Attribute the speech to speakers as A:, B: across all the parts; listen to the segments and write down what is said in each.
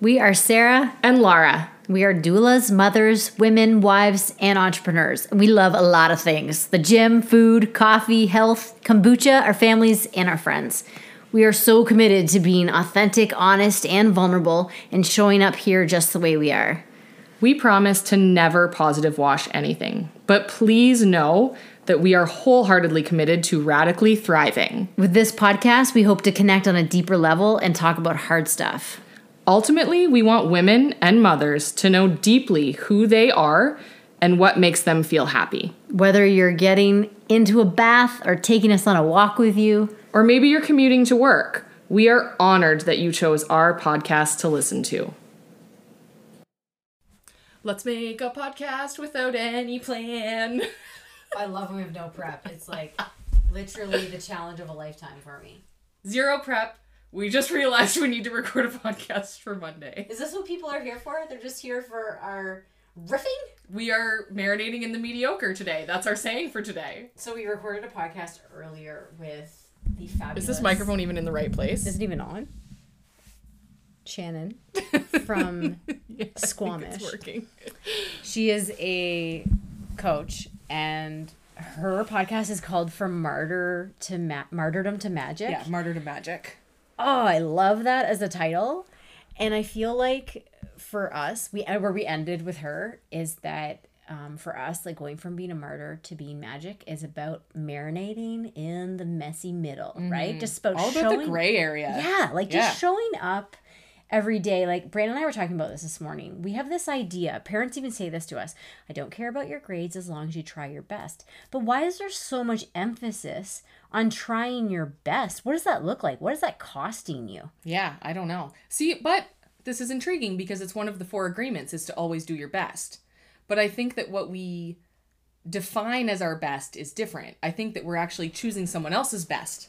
A: We are Sarah
B: and Laura.
A: We are doulas, mothers, women, wives, and entrepreneurs. We love a lot of things the gym, food, coffee, health, kombucha, our families, and our friends. We are so committed to being authentic, honest, and vulnerable and showing up here just the way we are.
B: We promise to never positive wash anything, but please know that we are wholeheartedly committed to radically thriving.
A: With this podcast, we hope to connect on a deeper level and talk about hard stuff.
B: Ultimately, we want women and mothers to know deeply who they are and what makes them feel happy.
A: Whether you're getting into a bath or taking us on a walk with you,
B: Or maybe you're commuting to work. We are honored that you chose our podcast to listen to. Let's make a podcast without any plan.
C: I love when we have no prep. It's like literally the challenge of a lifetime for me.
B: Zero prep. We just realized we need to record a podcast for Monday.
C: Is this what people are here for? They're just here for our riffing?
B: We are marinating in the mediocre today. That's our saying for today.
C: So we recorded a podcast earlier with the fabulous.
B: Is this microphone even in the right place?
A: it even on? Shannon from Squamish.
B: It's working.
A: She is a coach, and her podcast is called "From Martyr to Ma- Martyrdom to Magic."
D: Yeah, Martyr to Magic.
A: Oh, I love that as a title, and I feel like for us, we where we ended with her is that um, for us, like going from being a martyr to being magic is about marinating in the messy middle, right? Just about
D: Mm-hmm. All about
A: showing
D: the gray area.
A: yeah, like
D: Yeah.
A: just showing up every day. Like Brandon and I were talking about this this morning. We have this idea. Parents even say this to us I don't care about your grades as long as you try your best. But why is there so much emphasis on trying your best? What does that look like? What is that costing you?
D: Yeah, I don't know. See, but this is intriguing because it's one of the four agreements is to always do your best. But I think that what we define as our best is different. I think that we're actually choosing someone else's best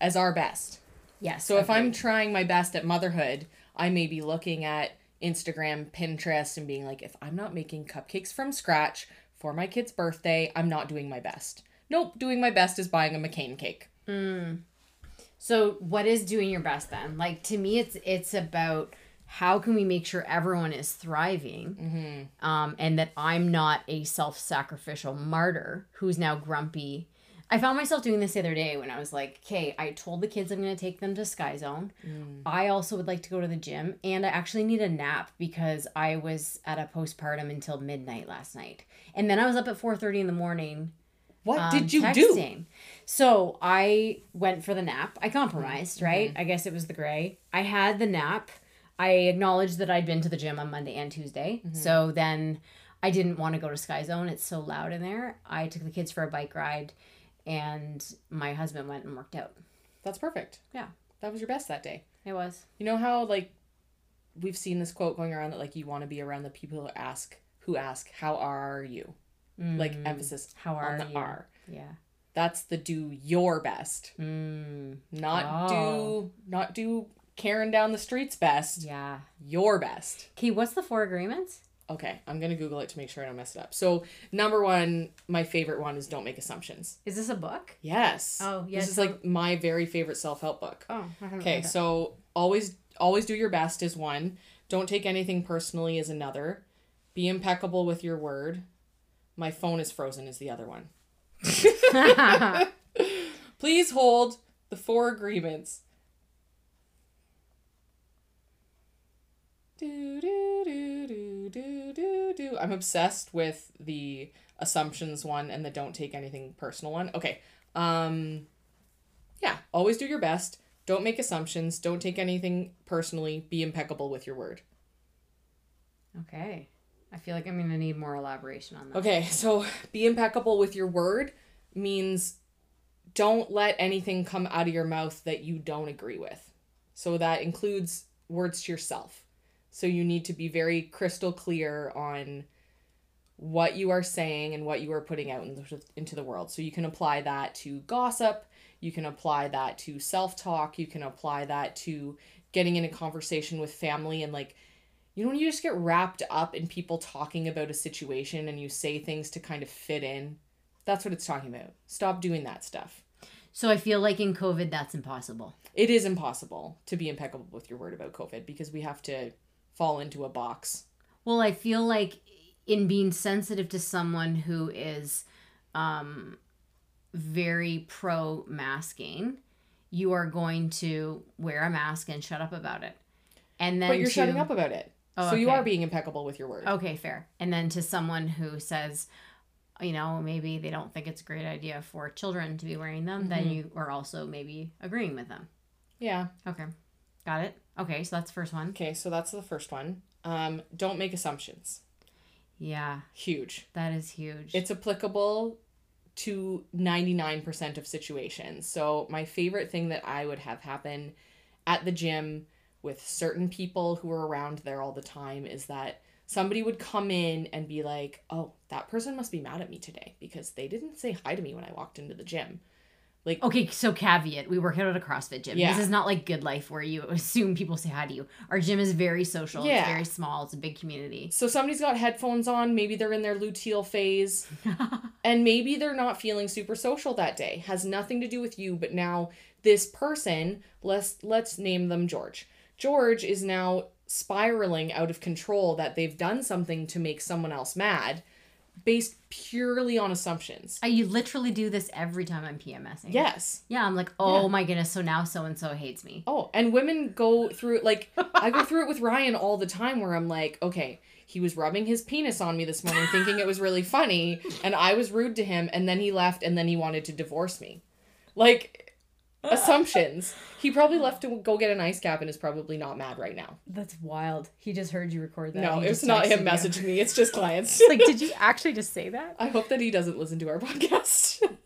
D: as our best.
A: Yes.
D: So if I'm trying my best at motherhood, I may be looking at Instagram, Pinterest, and being like, if I'm not making cupcakes from scratch for my kid's birthday, I'm not doing my best. Nope, doing my best is buying a McCain cake.
A: So what is doing your best then? Like to me, it's it's about how can we make sure everyone is thriving, um, and that I'm not a self-sacrificial martyr who's now grumpy. I found myself doing this the other day when I was like, "Okay, I told the kids I'm going to take them to Sky Zone. I also would like to go to the gym, and I actually need a nap because I was at a postpartum until midnight last night, and then I was up at four thirty in the morning."
D: What
A: um,
D: did you do?
A: texting. So I went for the nap. I
D: Mm-hmm.
A: compromised, right? I guess it was the gray. I had the nap. I acknowledged that I'd been to the gym on Monday and Tuesday.
D: Mm-hmm.
A: So then I didn't want to go to Sky Zone. It's so loud in there. I took the kids for a bike ride and my husband went and worked out.
D: That's perfect.
A: Yeah,
D: That was your best that day.
A: it was.
D: You know how like we've seen this quote going around that like you want to be around the people who ask who ask how are you? Like emphasis
A: Mm. How
D: on
A: are
D: the
A: you?
D: R.
A: Yeah.
D: That's the do your best,
A: Mm,
D: not
A: Oh.
D: do not do Karen down the street's best.
A: yeah.
D: Your best.
A: Okay, what's the four agreements?
D: Okay, I'm gonna Google it to make sure I don't mess it up. So number one, my favorite one is don't make assumptions.
A: Is this a book?
D: Yes.
A: Oh, yeah,
D: This is
A: tell-
D: like my very favorite self help book.
A: Oh, I haven't
D: Okay,
A: read that.
D: so always always do your best is one. Don't take anything personally is another. Be impeccable with your word. My phone is frozen is the other one. Please hold the four agreements. Do, do, do, do, do, do, do. I'm obsessed with the assumptions one and the don't take anything personal one. Okay. Um yeah, always do your best. Don't make assumptions. Don't take anything personally. Be impeccable with your word.
A: Okay. I feel like I'm going to need more elaboration on that.
D: Okay, so be impeccable with your word means don't let anything come out of your mouth that you don't agree with. So that includes words to yourself. So you need to be very crystal clear on what you are saying and what you are putting out into, into the world. So you can apply that to gossip, you can apply that to self talk, you can apply that to getting in a conversation with family and like you know when you just get wrapped up in people talking about a situation and you say things to kind of fit in that's what it's talking about stop doing that stuff
A: So I feel like in COVID, that's impossible.
D: it is impossible to be impeccable with your word about covid because we have to fall into a box.
A: Well, I feel like in being sensitive to someone who is um, very pro masking, you are going to wear a mask and shut up about it. And then
D: But you're
A: to-
D: shutting up about it.
A: Oh,
D: so you
A: okay. Oh.
D: are being impeccable with your word.
A: Okay, fair. And then to someone who says, you know, maybe they don't think it's a great idea for children to be wearing them,
D: Mm-hmm.
A: then you are also maybe agreeing with them.
D: Yeah.
A: Okay. Got it? Okay, so that's the first one.
D: Okay, so that's the first one. Um, don't make assumptions.
A: Yeah,
D: Huge.
A: that is huge.
D: It's applicable to 99% of situations. So, my favorite thing that I would have happen at the gym with certain people who were around there all the time is that somebody would come in and be like, "Oh, that person must be mad at me today because they didn't say hi to me when I walked into the gym."
A: Okay, so caveat, we work out at a CrossFit gym.
D: Yeah.
A: This is not like good life where you assume people say hi to you. Our gym is very social,
D: Yeah.
A: it's very small, it's a big community.
D: So somebody's got headphones on, maybe they're in their luteal phase, and maybe they're not feeling super social that day. Has nothing to do with you, but now this person, let's let's name them George. George is now spiraling out of control that they've done something to make someone else mad based purely on assumptions.
A: I you literally do this every time I'm PMSing.
D: Yes.
A: Yeah, I'm like, oh my goodness, so now so and so hates me.
D: Oh, and women go through like I go through it with Ryan all the time where I'm like, okay, he was rubbing his penis on me this morning thinking it was really funny and I was rude to him and then he left and then he wanted to divorce me. Like assumptions. He probably left to go get an ice cap and is probably not mad right now.
C: That's wild. He just heard you record that.
D: no,
C: He
D: it's
C: just
D: not
C: texted
D: him
C: you.
D: messaging me, it's just clients.
C: Like, did you actually just say that?
D: I hope that he doesn't listen to our podcast.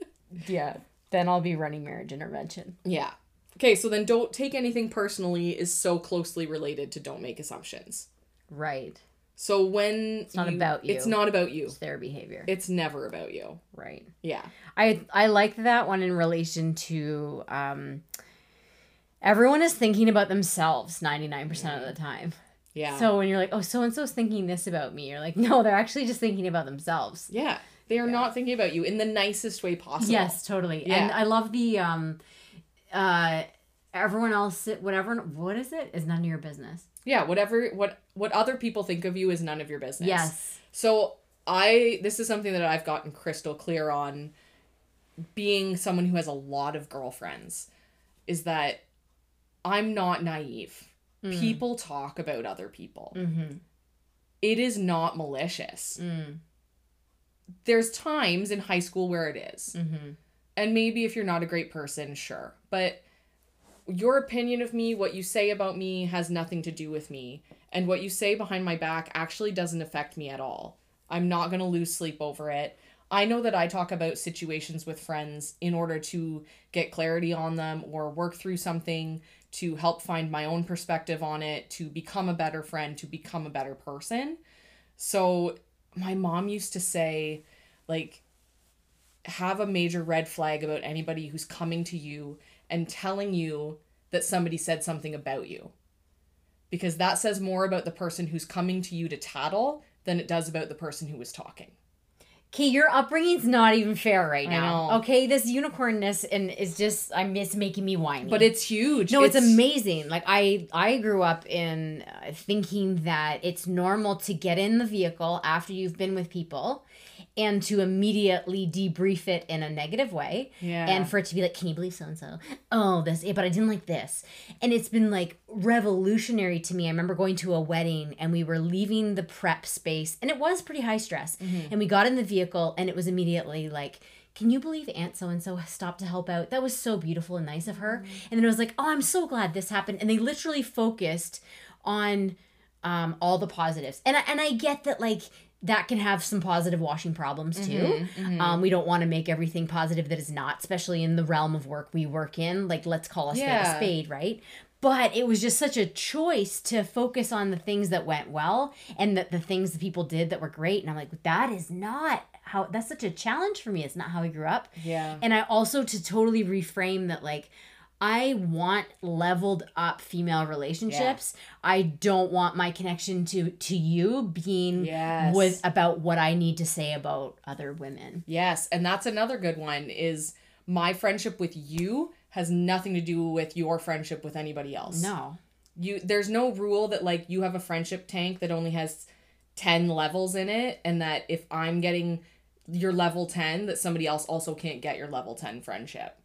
C: Yeah. Then I'll be running marriage intervention.
D: yeah. Okay, so then don't take anything personally is so closely related to don't make assumptions.
A: Right.
D: So when it's
A: not about you.
D: It's not about you.
A: It's their behavior.
D: It's never about you.
A: Right.
D: Yeah.
A: I I like that one in relation to um everyone is thinking about themselves 99% of the time.
D: Mm-hmm. Yeah.
A: So when you're like, oh, so and so's thinking this about me, you're like, no, they're actually just thinking about themselves.
D: yeah. They are not thinking about you in the nicest way possible.
A: Yes, totally.
D: Yeah.
A: And I love the um uh everyone else whatever what is it is none of your business.
D: Yeah, whatever what what other people think of you is none of your business.
A: Yes.
D: So I this is something that I've gotten crystal clear on being someone who has a lot of girlfriends is that I'm not naive.
A: Hmm. Mm.
D: People talk about other people.
A: Mhm.
D: It is not malicious.
A: Hmm. Mm.
D: There's times in high school where it is.
A: Mhm.
D: And maybe if you're not a great person, sure. But your opinion of me, what you say about me, has nothing to do with me. And what you say behind my back actually doesn't affect me at all. I'm not going to lose sleep over it. I know that I talk about situations with friends in order to get clarity on them or work through something to help find my own perspective on it, to become a better friend, to become a better person. So, my mom used to say, like, have a major red flag about anybody who's coming to you and telling you that somebody said something about you. Because that says more about the person who's coming to you to tattle than it does about the person who was talking.
A: Okay, your upbringing's not even fair right now.
D: know.
A: Okay, this unicornness and is just I'm it's making me whiny.
D: But it's huge.
A: No, it's, amazing. Like I I grew up in uh, thinking that it's normal to get in the vehicle after you've been with people and to immediately debrief it in a negative way
D: Yeah.
A: and for it to be like can you believe so and so oh this yeah, but i didn't like this and it's been like revolutionary to me i remember going to a wedding and we were leaving the prep space and it was pretty high stress and we got in the vehicle and it was immediately like can you believe aunt so and so stopped to help out that was so beautiful and nice of her and then it was like oh i'm so glad this happened and they literally focused on um, all the positives. And I, and I get that like that can have some positive washing problems too. Um, we don't want to make everything positive that is not, especially in the realm of work we work in. Like let's call a spade
D: Yeah.
A: a spade, right? But it was just such a choice to focus on the things that went well and that the things that people did that were great. And I'm like, that is not how that's such a challenge for me. It's not how I grew up.
D: Yeah.
A: And I also to totally reframe that like I want leveled up female relationships. I don't want my connection to to you being
D: Yes.
A: with about what I need to say about other women.
D: Yes, and that's another good one is my friendship with you has nothing to do with your friendship with anybody else.
A: No.
D: you there's no rule that like you have a friendship tank that only has 10 levels in it and that if I'm getting your level 10 that somebody else also can't get your level 10 friendship.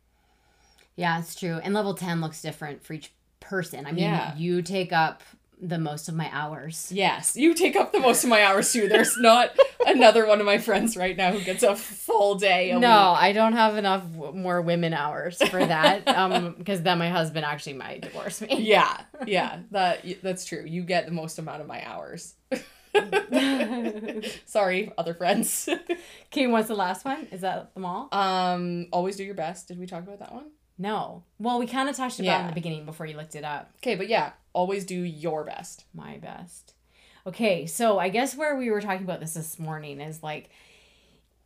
A: Yeah, it's true. And level 10 looks different for each person. I mean,
D: Yeah.
A: you take up the most of my hours.
D: Yes, you take up the most of my hours too. There's not another one of my friends right now who gets a full day
A: No,
D: a week.
A: I don't have enough w- more women hours for that. um, because then my husband actually might divorce me.
D: Yeah, yeah, that that's true. You get the most amount of my hours. Sorry, other friends.
A: Okay, what's the last one? Is that them all?
D: Um, always do your best. Did we talk about that one?
A: No. Well, we kind of touched about it in
D: Yeah.
A: the beginning before you looked it up.
D: Okay, but yeah, always do your best.
A: My best. Okay, so I guess where we were talking about this this morning is like,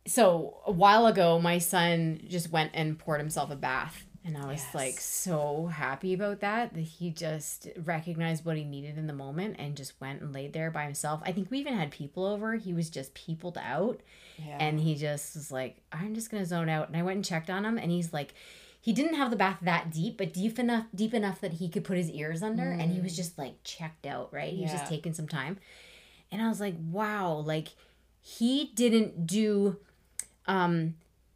A: so a while ago, my son just went and poured himself a bath. And I was like so happy about that, that he just recognized what he needed in the moment and just went and laid there by himself. I think we even had people over. He was just peopled out.
D: Yeah.
A: And he just was like, I'm just gonna zone out. And I went and checked on him, and he's like, he didn't have the bath that deep, but deep enough, deep enough that he could put his ears under, and he was just like checked out, right? He was just
D: Mm. Yeah.
A: taking some time, and I was like, wow, like he didn't do, um.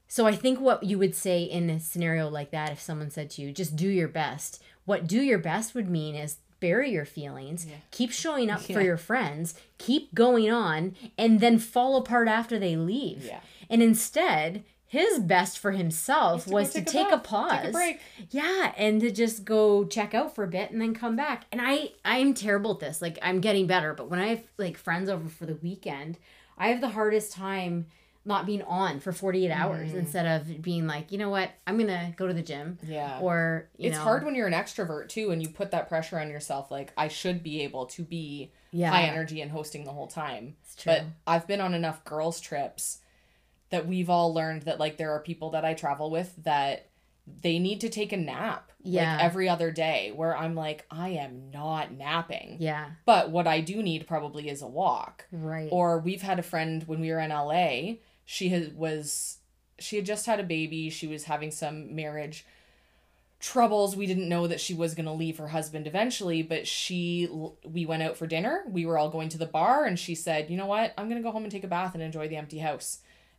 A: So I think what you would say in a scenario like that, if someone said to you, "Just do your best," what "do your best" would mean is bury your feelings, keep showing up for your friends, keep going on, and then fall apart after they leave.
D: Yeah.
A: And instead, his best for himself
D: to go
A: was
D: take
A: to
D: a
A: take a,
D: bath,
A: pause.
D: take a break.
A: Yeah, and to just go check out for a bit and then come back. And I I'm terrible at this. Like I'm getting better, but when I have like friends over for the weekend, I have the hardest time not being on for 48 hours
D: Mm.
A: instead of being like, you know what? I'm going to go to the gym.
D: Yeah.
A: Or, you
D: it's
A: know,
D: hard when you're an extrovert too, and you put that pressure on yourself. Like I should be able to be
A: Yeah.
D: high energy and hosting the whole time.
A: true.
D: But I've been on enough girls trips that we've all learned that like there are people that I travel with that they need to take a nap
A: Yeah.
D: like every other day. Where I'm like I am not napping.
A: Yeah.
D: But what I do need probably is a walk.
A: Right.
D: Or we've had a friend when we were in LA, she had, was she had just had a baby, she was having some marriage troubles. We didn't know that she was going to leave her husband eventually, but she l- we went out for dinner. We were all going to the bar and she said, "You know what? I'm going to go home and take a bath and enjoy the empty house."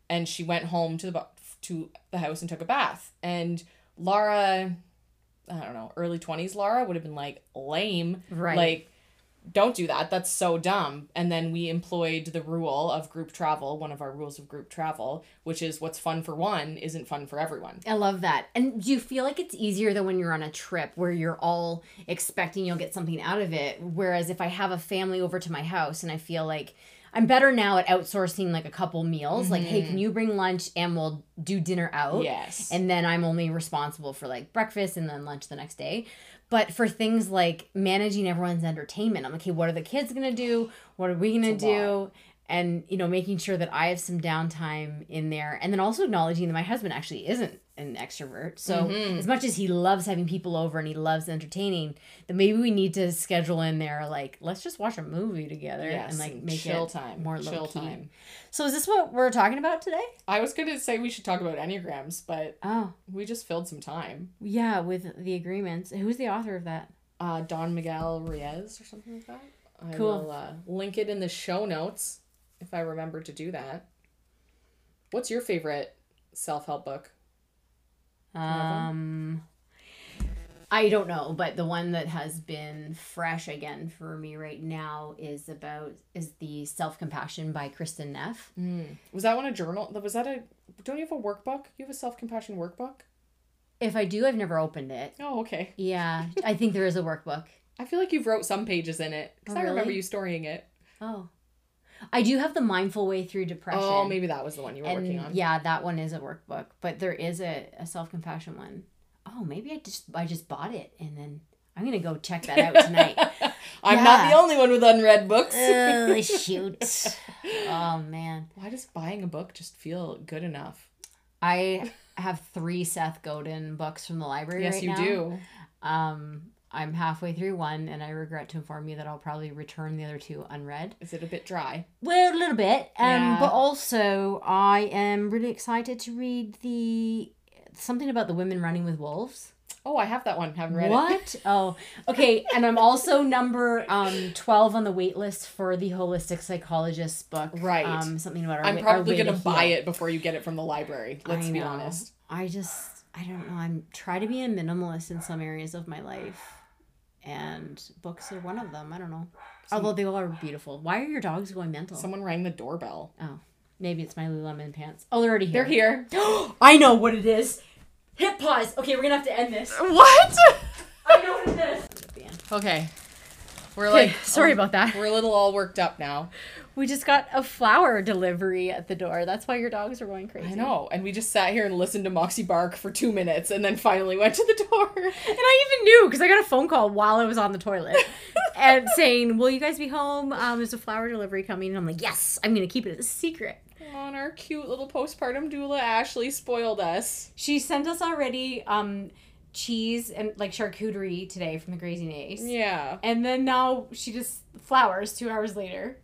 D: And she went home to the ba- to the house and took a bath. And Laura I don't know, early 20s Laura would have been like lame.
A: Right.
D: Like don't do that. That's so dumb. And then we employed the rule of group travel, one of our rules of group travel, which is what's fun for one isn't fun for everyone.
A: I love that. And do you feel like it's easier than when you're on a trip where you're all expecting you'll get something out of it? Whereas if I have a family over to my house and I feel like I'm better now at outsourcing like a couple meals, like, hey, can you bring lunch and we'll do dinner out?
D: Yes.
A: Oh. And then I'm only responsible for like breakfast and then lunch the next day. But for things like managing everyone's entertainment, I'm like, okay, what are the kids gonna do? What are we gonna do? And you know, making sure that I have some downtime in there, and then also acknowledging that my husband actually isn't an extrovert. So as much as he loves having people over and he loves entertaining, then maybe we need to schedule in there like let's just watch a movie together
D: Yes,
A: and like
D: and
A: make
D: chill
A: it
D: time,
A: more
D: chill
A: low key.
D: time.
A: So is this what we're talking about today?
D: I was going to say we should talk about Enneagrams, but
A: Oh
D: we just filled some time.
A: yeah, with the agreements. Who's the author of that?
D: Uh, Don Miguel Riez or something like that. I
A: Cool.
D: will uh, link it in the show notes if I remember to do that. What's your favorite self help book?
A: Um, I don't know, but the one that has been fresh again for me right now is about is the self compassion by Kristen Neff.
D: Was that one a journal? Was that a. Don't you have a workbook? You have a self compassion workbook?
A: If I do, I've never opened it.
D: Oh, okay.
A: Yeah, I think there is a workbook.
D: I feel like you've wrote some pages in it because
A: Oh,
D: I remember
A: really?
D: you storying it.
A: Oh, I do have the mindful way through depression.
D: Oh, maybe that was the one you were
A: and
D: working on.
A: yeah, that one is a workbook, but there is a, a self compassion one. Oh, maybe I just I just bought it and then I'm gonna go check that out tonight.
D: I'm not
A: Yeah.
D: the only one with unread books.
A: oh shoot! Oh man.
D: Why does buying a book just feel good enough?
A: I have three Seth Godin books from the library.
D: Yes,
A: right
D: you
A: now.
D: do.
A: Um, I'm halfway through one, and I regret to inform you that I'll probably return the other two unread.
D: Is it a bit dry?
A: Well, a little bit. Um,
D: Yeah.
A: but also I am really excited to read the something about the women running with wolves.
D: Oh, I have that one. Haven't read it.
A: What? Oh, okay. And I'm also number um twelve on the wait list for the holistic psychologist book.
D: Right.
A: Um, something about our.
D: I'm
A: wa- our
D: probably
A: way
D: gonna
A: to
D: buy
A: heal.
D: it before you get it from the library. Let's
A: I
D: be
A: know.
D: honest.
A: I just I don't know. I'm try to be a minimalist in some areas of my life, and books are one of them. I don't know. Although they all are beautiful. Why are your dogs going mental?
D: Someone rang the doorbell.
A: oh, maybe it's my Lululemon pants. Oh, they're already here.
D: They're here.
A: I know what it is. Hit pause. Okay, we're gonna have to end this.
D: What?
A: I know what it is. um,
D: Okay. We're
A: Okay,
D: like
A: sorry
D: oh,
A: about that.
D: We're a little all worked up now.
A: We just got a flower delivery at the door. That's why your dogs are going crazy.
D: I know. And we just sat here and listened to Moxie bark for two minutes and then finally went to the door.
A: And I even knew because I got a phone call while I was on the toilet and saying, Will you guys be home? Um, there's a flower delivery coming. And I'm like, Yes, I'm going to keep it a secret.
D: On our cute little postpartum doula, Ashley spoiled us.
C: She sent us already um cheese and like charcuterie today from the Grazing Ace.
D: Yeah.
C: And then now she just flowers two hours later.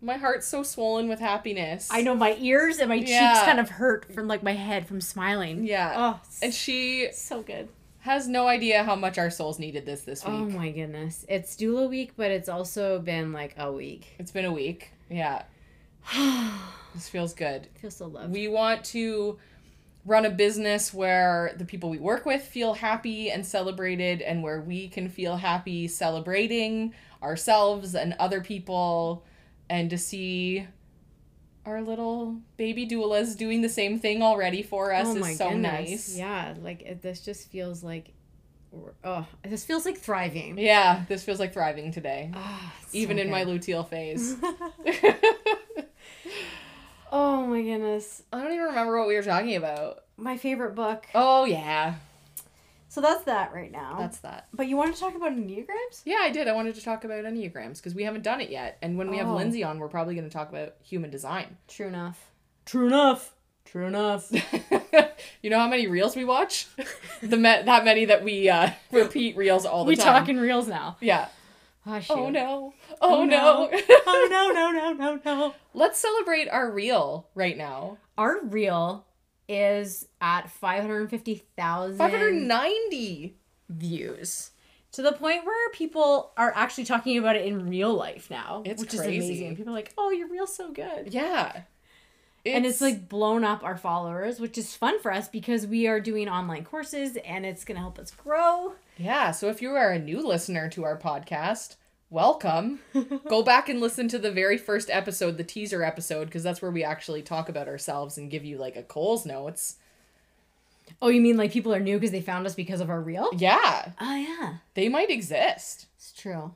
D: My heart's so swollen with happiness.
A: I know my ears and my cheeks
D: Yeah.
A: kind of hurt from like my head from smiling.
D: Yeah.
A: Oh,
D: And she
A: so good.
D: has no idea how much our souls needed this this week.
A: Oh my goodness. It's doula week, but it's also been like a week.
D: It's been a week. Yeah. this feels good.
A: I feel so loved.
D: We want to run a business where the people we work with feel happy and celebrated, and where we can feel happy celebrating ourselves and other people, and to see our little baby doulas doing the same thing already for us is so nice.
A: Oh Yeah, like it, this just feels like, oh, this feels like thriving.
D: Yeah, this feels like thriving today,
A: Ah, it's
D: even
A: so
D: in
A: good.
D: my luteal phase.
A: Mm-hmm. Oh my goodness.
D: I don't even remember what we were talking about.
A: My favorite book.
D: Oh, yeah.
C: So that's that right now.
A: Oh.
D: That's that.
C: but you want to talk about enneagrams?
D: Yeah, I did. I wanted to talk about enneagrams because we haven't done it yet. And when we have
C: Oh.
D: Lindsay on, we're probably going to talk about human design.
A: True enough.
D: True enough. True enough. you know how many reels we watch? the ma- that many that we uh, repeat reels all the
A: we
D: time.
A: talk in reels now.
D: Yeah.
A: Oh, shoot.
D: Oh no. Oh,
A: no.
D: no.
A: oh no, no, no, no, no.
D: Let's celebrate our reel right now.
A: Our reel is at 550,000
D: 590.
A: views. To the point where people are actually talking about it in real life now,
D: It's
A: which
D: crazy.
A: is amazing. People are like, "Oh, your reel's so good."
D: Yeah.
A: and it's like blown up our followers, which is fun for us because we are doing online courses and it's going to help us grow.
D: Yeah, so if you are a new listener to our podcast, welcome. Go back and listen to the very first episode, the teaser episode, because that's where we actually talk about ourselves and give you like a Cole's notes.
A: Oh, you mean like people are new because they found us because of our reel?
D: Yeah,
A: Oh, yeah.
D: they might exist.
A: It's true.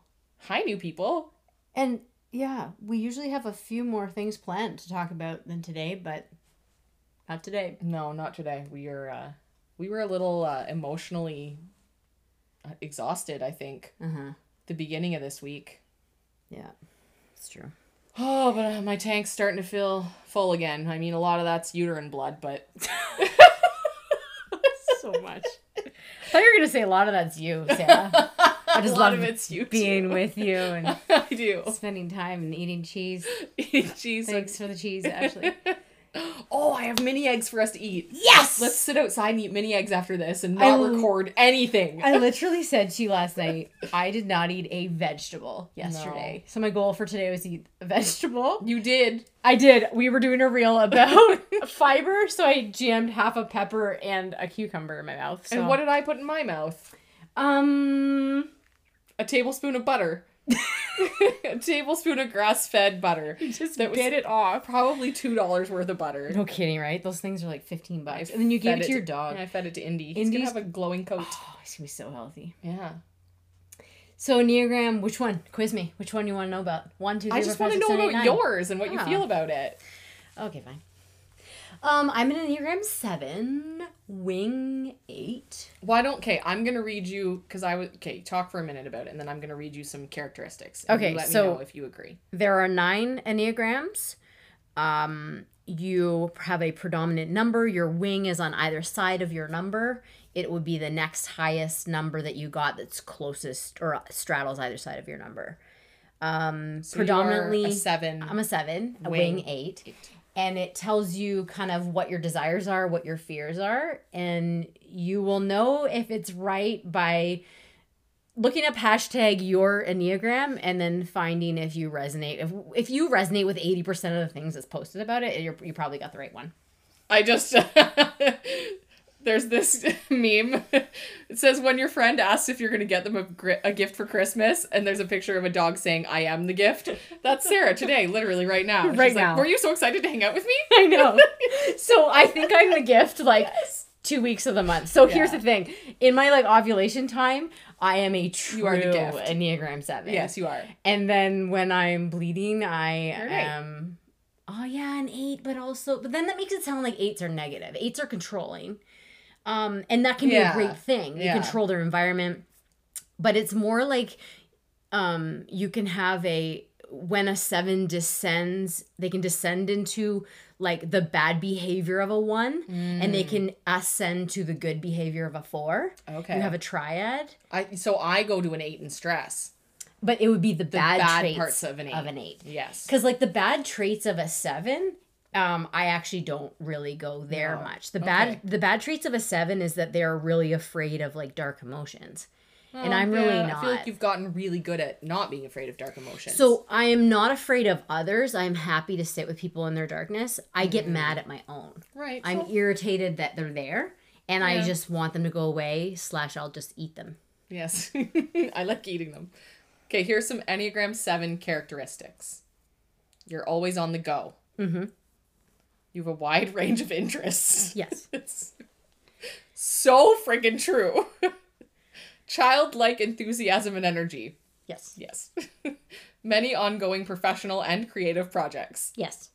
D: Hi, new people.
A: And yeah, we usually have a few more things planned to talk about than today, but not today.
D: No, not today. We are, uh, we were a little uh, emotionally uh, exhausted. I think
A: Uh huh.
D: the beginning of this week.
A: Yeah. It's true.
D: Oh, but uh, my tank's starting to feel full again. I mean, a lot of that's uterine blood, but
A: so much. I thought you were going to say a lot of that's you, Sarah. I
D: a
A: just
D: lot
A: love
D: of it's you Oh.
A: being
D: too.
A: with you and
D: I do.
A: spending time and eating cheese.
D: Jeez, like,
A: Thanks for the cheese, Ashley.
D: oh, I have mini eggs for us to eat.
A: yes!
D: Let's sit outside and eat mini eggs after this and
A: I
D: not
A: l-
D: record anything.
A: I literally said to you last night, I did not eat a vegetable yesterday. So my goal for today was to eat a vegetable.
D: you did.
A: I did. We were doing a reel about fiber, so I jammed half a pepper and a cucumber in my mouth. So.
D: And what did I put in my mouth?
A: Um.
D: A tablespoon of butter. a tablespoon of grass fed butter.
A: Just
D: That was-
A: bit it off.
D: Probably two dollars worth of butter.
A: No kidding, right? Those things are like fifteen bucks, and then you gave
D: Fed
A: it to your dog.
D: Yeah, I fed it to Indy. He's gonna
A: Indy's-
D: have a glowing coat.
A: Oh, it's gonna be so healthy.
D: yeah.
A: So Neogram, which one? Quiz me. Which one you want to know about? One, two, three.
D: I
A: four,
D: just
A: five,
D: want to
A: six,
D: know
A: seven, eight,
D: about
A: nine.
D: yours and what you
A: Ah.
D: feel about it.
A: Okay, fine. Um, I'm an Enneagram 7, wing 8.
D: Well, I don't. Okay, I'm gonna read you because I was okay. Talk for a minute about it, and then I'm gonna read you some characteristics. and you
A: Okay,
D: let
A: so-
D: me know if you agree.
A: There are nine Enneagrams. Um, you have a predominant number. Your wing is on either side of your number. It would be the next highest number that you got that's closest or straddles either side of your number. Um,
D: So you are
A: predominantly, um,
D: a seven.
A: I'm a 7, a wing
D: Wing
A: 8. and it tells you kind of what your desires are, what your fears are, and you will know if it's right by looking up hashtag your enneagram and then finding if you resonate if, if you resonate with 80% of the things that's posted about it you're, you probably got the right one
D: I just there's this meme. It says when your friend asks if you're gonna get them a, gri- a gift for Christmas, and there's a picture of a dog saying "I am the gift." That's Sarah today, literally right now. She's
A: Right
D: like,
A: now.
D: Were you so excited to hang out with me?
A: I know. so I think I'm the gift like two weeks of the month. So here's the thing: in my like ovulation time, I am a true
D: are the gift.
A: enneagram seven.
D: Yes, you are.
A: And then when I'm bleeding, I
D: You're an eight.
A: am. Oh yeah, an eight, but also, but then that makes it sound like eights are negative. Eights are controlling, um, and that can
D: Yeah.
A: be a great thing. They
D: Yeah.
A: control their environment, but it's more like, um, you can have a when a seven descends, they can descend into like the bad behavior of a one, and they can ascend to the good behavior of a four.
D: Mm. Okay.
A: You have a triad,
D: I so I go to an eight in stress.
A: but it would be the, bad,
D: bad
A: traits
D: parts of an eight.
A: Of an eight.
D: Yes.
A: Because like the bad traits of a seven, um, I actually don't really go there much. The bad
D: Okay.
A: the bad traits of a seven is that they're really afraid of like dark emotions, and I'm really
D: Oh, Yeah,
A: not.
D: I feel like you've gotten really good at not being afraid of dark emotions.
A: so I am not afraid of others. I'm happy to sit with people in their darkness. I get
D: Mm-hmm.
A: mad at my own.
D: right,
A: I'm irritated that they're there, and I just want them to go away. Slash, I'll just eat them.
D: Yes. I like eating them. Okay, here's some Enneagram 7 characteristics. You're always on the go. Mm-hmm. You have a wide range of interests.
A: Yes.
D: It's so freaking true. Childlike enthusiasm and energy.
A: Yes.
D: Yes. Many ongoing professional and creative projects.
A: Yes.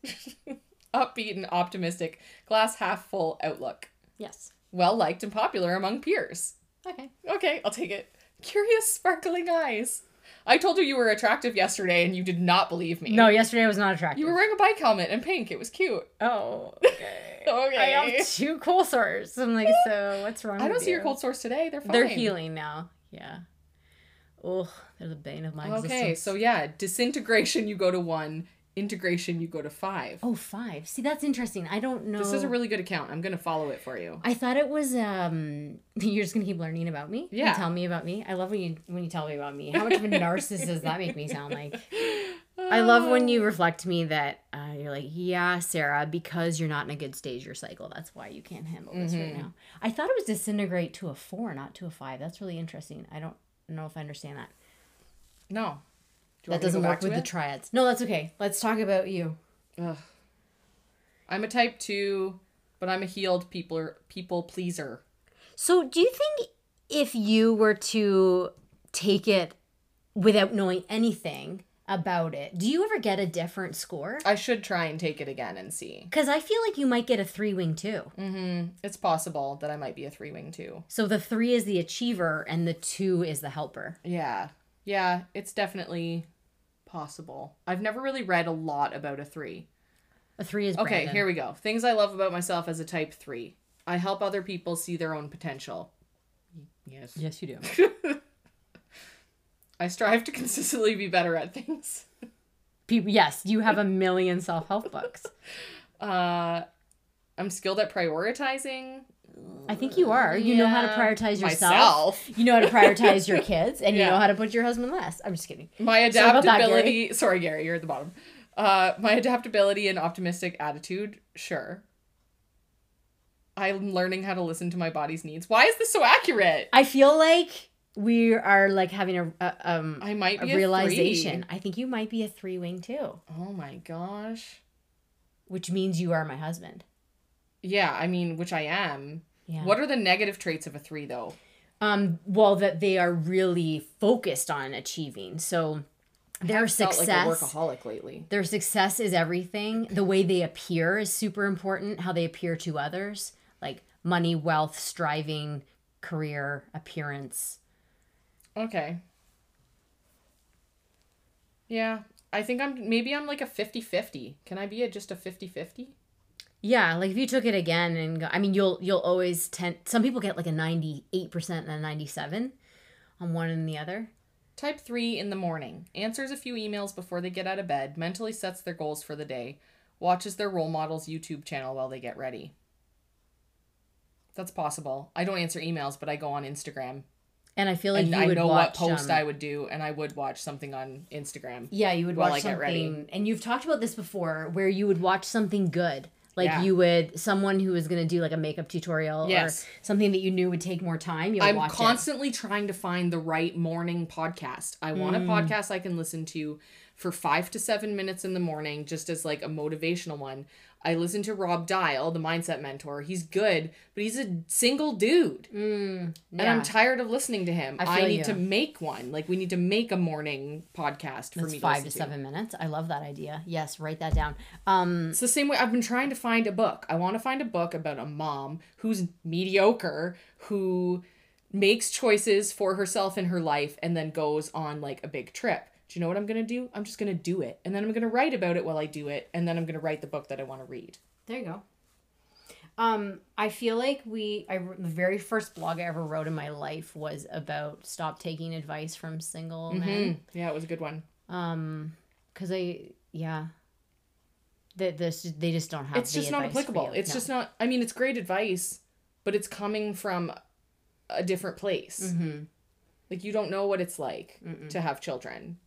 D: Upbeat and optimistic, glass half full outlook.
A: Yes.
D: Well liked and popular among peers.
A: Okay.
D: Okay, I'll take it. Curious, sparkling eyes. I told you you were attractive yesterday and you did not believe me.
A: No, yesterday was not attractive.
D: You were wearing a bike helmet and pink. It was cute.
A: Oh, okay.
D: Okay.
A: I have two cold sores. I'm like, so what's wrong?
D: I don't
A: with
D: see your
A: you?
D: cold sores today. They're fine.
A: They're healing now. Yeah. Oh, they're the bane of my
D: Okay,
A: existence.
D: so yeah, disintegration you go to 1, integration you go to 5.
A: Oh, five. See, that's interesting. I don't know.
D: This is a really good account. I'm going to follow it for you.
A: I thought it was. um You're just gonna keep learning about me. and
D: Yeah.
A: tell me about me. I love when you when you tell me about me. How much of a narcissist does that make me sound like? I love when you reflect to me that uh, you're like, yeah, Sarah, because you're not in a good stage your cycle. That's why you can't handle this right now. I thought it was disintegrate to a four, not to a five. That's really interesting. I don't know if I understand that.
D: No. Do
A: That
D: you want me to go
A: doesn't
D: back
A: work
D: to
A: with the
D: it?
A: triads. No, that's okay. Let's talk about you.
D: Ugh. I'm a type 2, but I'm a healed people people pleaser.
A: So, do you think if you were to take it without knowing anything about it, do you ever get a different score?
D: I should try and take it again and see.
A: Because I feel like you might get a three wing two.
D: It's possible that I might be a three wing too.
A: So the three is the achiever and the two is the helper.
D: Yeah. Yeah, it's definitely possible. I've never really read a lot about a three.
A: A three is
D: Okay,
A: Brandon.
D: here we go. Things I love about myself as a type three. I help other people see their own potential. Yes.
A: Yes, you do.
D: I strive to consistently be better at things.
A: People, yes, you have a million self help books.
D: Uh, I'm skilled at prioritizing
A: I think you are. You know how to
D: Yeah.
A: prioritize yourself.
D: myself.
A: You know how to prioritize your kids, and you
D: Yeah.
A: know how to put your husband last. I'm just kidding.
D: My
A: Sorry about that,
D: adaptability. Sorry, Gary, you're at the bottom. Uh, my adaptability and optimistic attitude. Sure. I'm learning how to listen to my body's needs. Why is this so accurate?
A: I feel like we are like having a, a um
D: I might
A: a
D: be a
A: realization. I think you might be a three wing too,
D: three. Oh my gosh.
A: which means you are my husband.
D: Yeah, I mean, which I am.
A: Yeah.
D: What are the negative traits of a three, though?
A: Um. Well, that they are really focused on achieving. So their
D: Felt
A: success.
D: like a workaholic lately.
A: their success is everything. The way they appear is super important. How they appear to others, like money, wealth, striving, career, appearance.
D: Okay. Yeah, I think I'm maybe I'm like a 50 50. Can I be a, just a 50 50?
A: Yeah, like if you took it again and go, I mean, you'll you'll always tend. Some people get like a ninety eight percent and a ninety seven on one and the other.
D: Type 3 in the morning. Answers a few emails before they get out of bed, mentally sets their goals for the day, watches their role model's YouTube channel while they get ready. That's possible. I don't answer emails, but I go on Instagram
A: And I feel like
D: and
A: you
D: I
A: would
D: know what
A: watch,
D: post
A: um,
D: I would do, and I would watch something on Instagram.
A: Yeah, you would
D: while
A: watch
D: I get ready.
A: something, and you've talked about this before, where you would watch something good, like
D: Yeah.
A: you would someone who was going to do like a makeup tutorial
D: Yes.
A: or something that you knew would take more time. You would
D: I'm
A: watch
D: constantly trying to find the right morning podcast. I want
A: Mm.
D: a podcast I can listen to for five to seven minutes in the morning, just as like a motivational one. I listen to Rob Dial, the mindset mentor. He's good, but he's a single dude.
A: it. Mm,
D: And I'm
A: yeah.
D: tired of listening to him.
A: I
D: I,
A: feel
D: need
A: you.
D: to make one. Like we need to make a morning podcast for
A: That's
D: me.
A: five to
D: listen
A: seven minutes. I love that idea. Yes, write that down. Um,
D: It's the same way I've been trying to find a book. I want to find a book about a mom who's mediocre, who makes choices for herself in her life and then goes on like a big trip. Do you know what I'm going to do? I'm just going to do it. And then I'm going to write about it while I do it. And then I'm going to write the book that I want to read.
A: there you go. Um, I feel like we. I wr- the very first blog I ever wrote in my life was about stop taking advice from single men.
D: Hmm. Yeah, it was a good one.
A: um because i yeah that this they just don't have
D: It's
A: the
D: just not
A: advice for
D: applicable.
A: you.
D: It's
A: No.
D: just not, I mean, it's great advice, but it's coming from a different place.
A: Mm-hmm.
D: Like, you don't know what it's like to have children,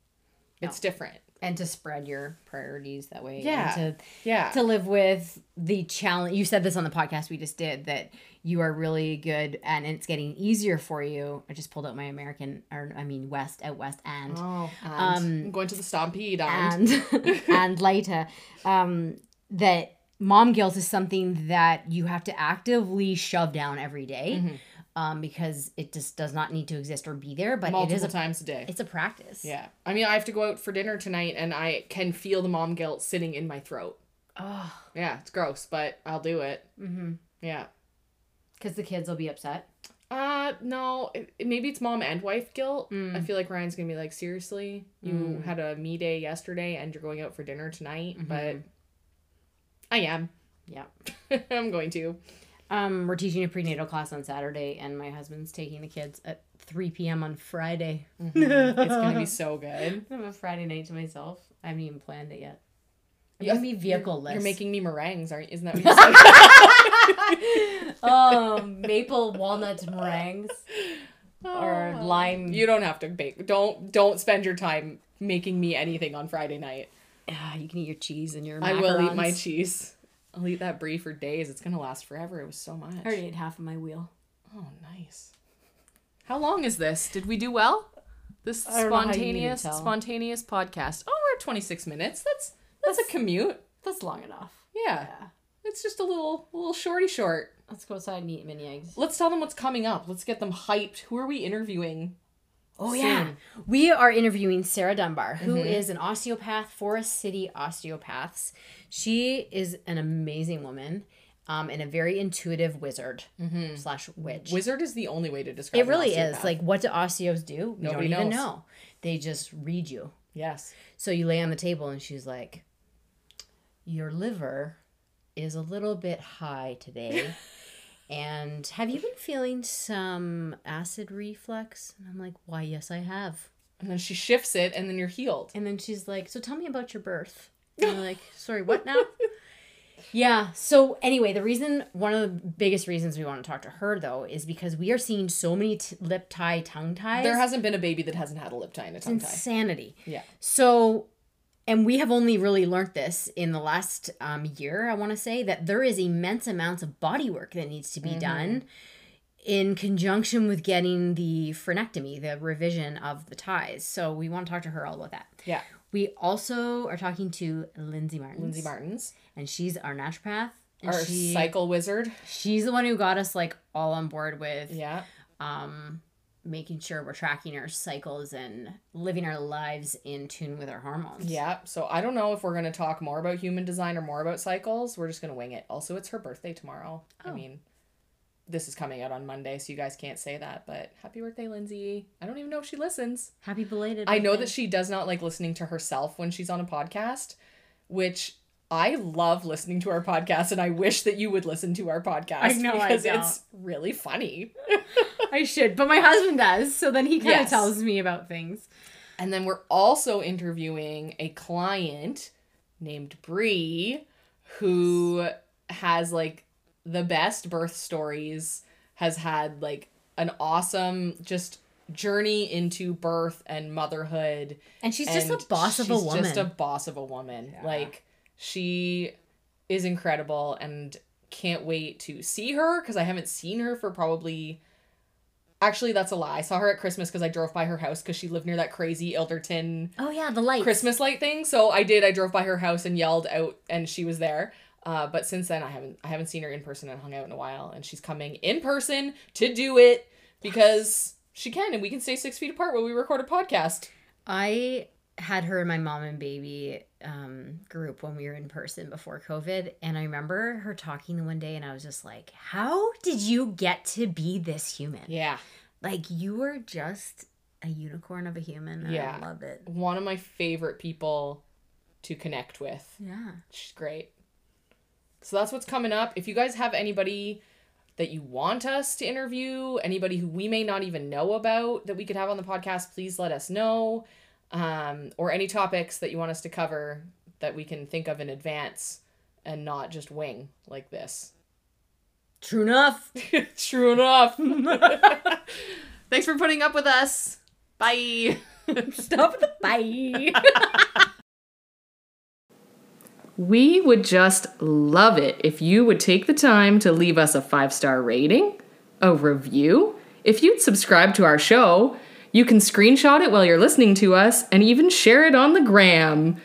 D: it's different.
A: and to spread your priorities that way and
D: Yeah.
A: to
D: Yeah.
A: to live with the challenge you said this on the podcast we just did that you are really good and it's getting easier for you i just pulled out my american or i mean west at west and
D: Oh, I'm going to the Stompede. And,
A: Um, and and later um that mom guilt is something that you have to actively shove down every day,
D: Mm-hmm.
A: um because it just does not need to exist or be there but it
D: multiple
A: is a
D: times a day.
A: it's a practice
D: yeah, I mean, I have to go out for dinner tonight, and I can feel the mom guilt sitting in my throat.
A: oh
D: Yeah, it's gross, but I'll do it. Mm-hmm. Yeah.
A: because the kids will be upset
D: Uh, no, it, it- maybe it's mom and wife guilt.
A: Mm.
D: I feel like Ryan's gonna be like, seriously, you had a me day yesterday, and you're going out for dinner tonight,
A: Mm-hmm.
D: but I am.
A: yeah
D: I'm going to.
A: um we're teaching a prenatal class on saturday and my husband's taking the kids at 3 p.m on friday
D: It's gonna be so good.
A: i have a friday night to myself i haven't even planned it yet i'm
D: Yeah,
A: gonna be vehicle less
D: You're making me meringues, aren't? Isn't that what you said?
A: oh maple walnut meringues or lime
D: You don't have to bake. Don't don't spend your time making me anything on Friday night.
A: Ah, you can eat your cheese and your
D: I will eat my
A: macarons.
D: cheese. I'll eat that brie for days. It's gonna last forever. It was so much.
A: I already ate half of my wheel.
D: Oh, nice. How long is this? Did we do well? This
A: I don't know how you
D: spontaneous
A: can tell.
D: spontaneous podcast. Oh, we're at 26 minutes. That's that's, a commute.
A: That's long enough.
D: Yeah.
A: Yeah.
D: It's just a little little shorty short.
A: Let's go outside and eat mini eggs.
D: Let's tell them what's coming up. Let's get them hyped. Who are we interviewing?
A: Oh yeah, we are interviewing Sarah Dunbar, who
D: Mm-hmm.
A: is an osteopath, Forest City Osteopaths. She is an amazing woman, um, and a very intuitive wizard slash witch.
D: Mm-hmm. Wizard is the only way to describe
A: it really
D: an
A: is
D: osteopath.
A: like what do osteos do? We
D: Nobody
A: don't even
D: knows.
A: know. They just read you.
D: yes.
A: So you lay on the table, and she's like, Your liver is a little bit high today. and have you been feeling some acid reflux? And I'm like, Why, yes, I have.
D: And then she shifts it and then you're healed.
A: And then she's like, So tell me about your birth. And I'm like, Sorry, what now? Yeah. So anyway, the reason one of the biggest reasons we want to talk to her though is because we are seeing so many t- lip tie, tongue ties.
D: There hasn't been a baby that hasn't had a lip tie and a tongue tie.
A: insanity.
D: Yeah.
A: So, and we have only really learned this in the last um, year, I want to say, that there is immense amounts of body work that needs to
D: Mm-hmm.
A: be done in conjunction with getting the phrenectomy, the revision of the ties. So, we want to talk to her all about that.
D: Yeah.
A: We also are talking to Lindsay Martin.
D: Lindsay Martins,
A: And she's our naturopath. And
D: our
A: she,
D: cycle wizard.
A: she's the one who got us like all on board with
D: Yeah.
A: um, making sure we're tracking our cycles and living our lives in tune with our hormones.
D: Yeah. So I don't know if we're going to talk more about human design or more about cycles. We're just going to wing it. Also, it's her birthday tomorrow.
A: Oh.
D: I mean, this is coming out on Monday, so you guys can't say that, but happy birthday, Lindsay. I don't even know if she listens.
A: Happy belated.
D: I know that she does not like listening to herself when she's on a podcast, which I love listening to our podcast, and I wish that you would listen to our podcast.
A: I know I
D: because
A: don't.
D: it's really funny.
A: I should, but my husband does. So then he kind
D: Yes. tells
A: me about things.
D: And then we're also interviewing a client named Bree who has like the best birth stories, has had like an awesome just journey into birth and motherhood.
A: And she's just
D: and
A: a boss of a
D: she's
A: woman.
D: Just a boss of a woman. Like she is incredible and can't wait to see her because I haven't seen her for probably. Actually, that's a lie. I saw her at Christmas because I drove by her house because she lived near that crazy Elderton
A: oh yeah, the light.
D: Christmas light thing. So I did. I drove by her house and yelled out, and she was there. Uh, but since then, I haven't I haven't seen her in person and hung out in a while. And she's coming in person to do it because she can, and we can stay six feet apart while we record a podcast.
A: I had her in my mom and baby um, group when we were in person before COVID, and I remember her talking the one day, and I was just like, "How did you get to be this human?
D: Yeah.
A: Like you were just a unicorn of a human. And
D: Yeah.
A: I love it.
D: one of my favorite people to connect with.
A: Yeah,
D: She's great. So that's what's coming up. If you guys have anybody that you want us to interview, anybody who we may not even know about that we could have on the podcast, please let us know. Um, or any topics that you want us to cover that we can think of in advance and not just wing like this.
A: true enough.
D: True enough. Thanks for putting up with us. Bye.
A: Stop the bye."
B: We would just love it if you would take the time to leave us a five star rating, a review. If you'd subscribe to our show, you can screenshot it while you're listening to us and even share it on the gram.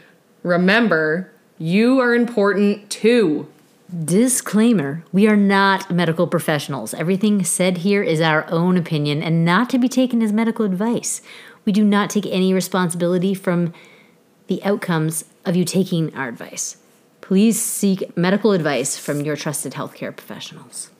B: Remember, you are important too.
A: Disclaimer We are not medical professionals. Everything said here is our own opinion and not to be taken as medical advice. We do not take any responsibility from the outcomes of you taking our advice. Please seek medical advice from your trusted healthcare professionals.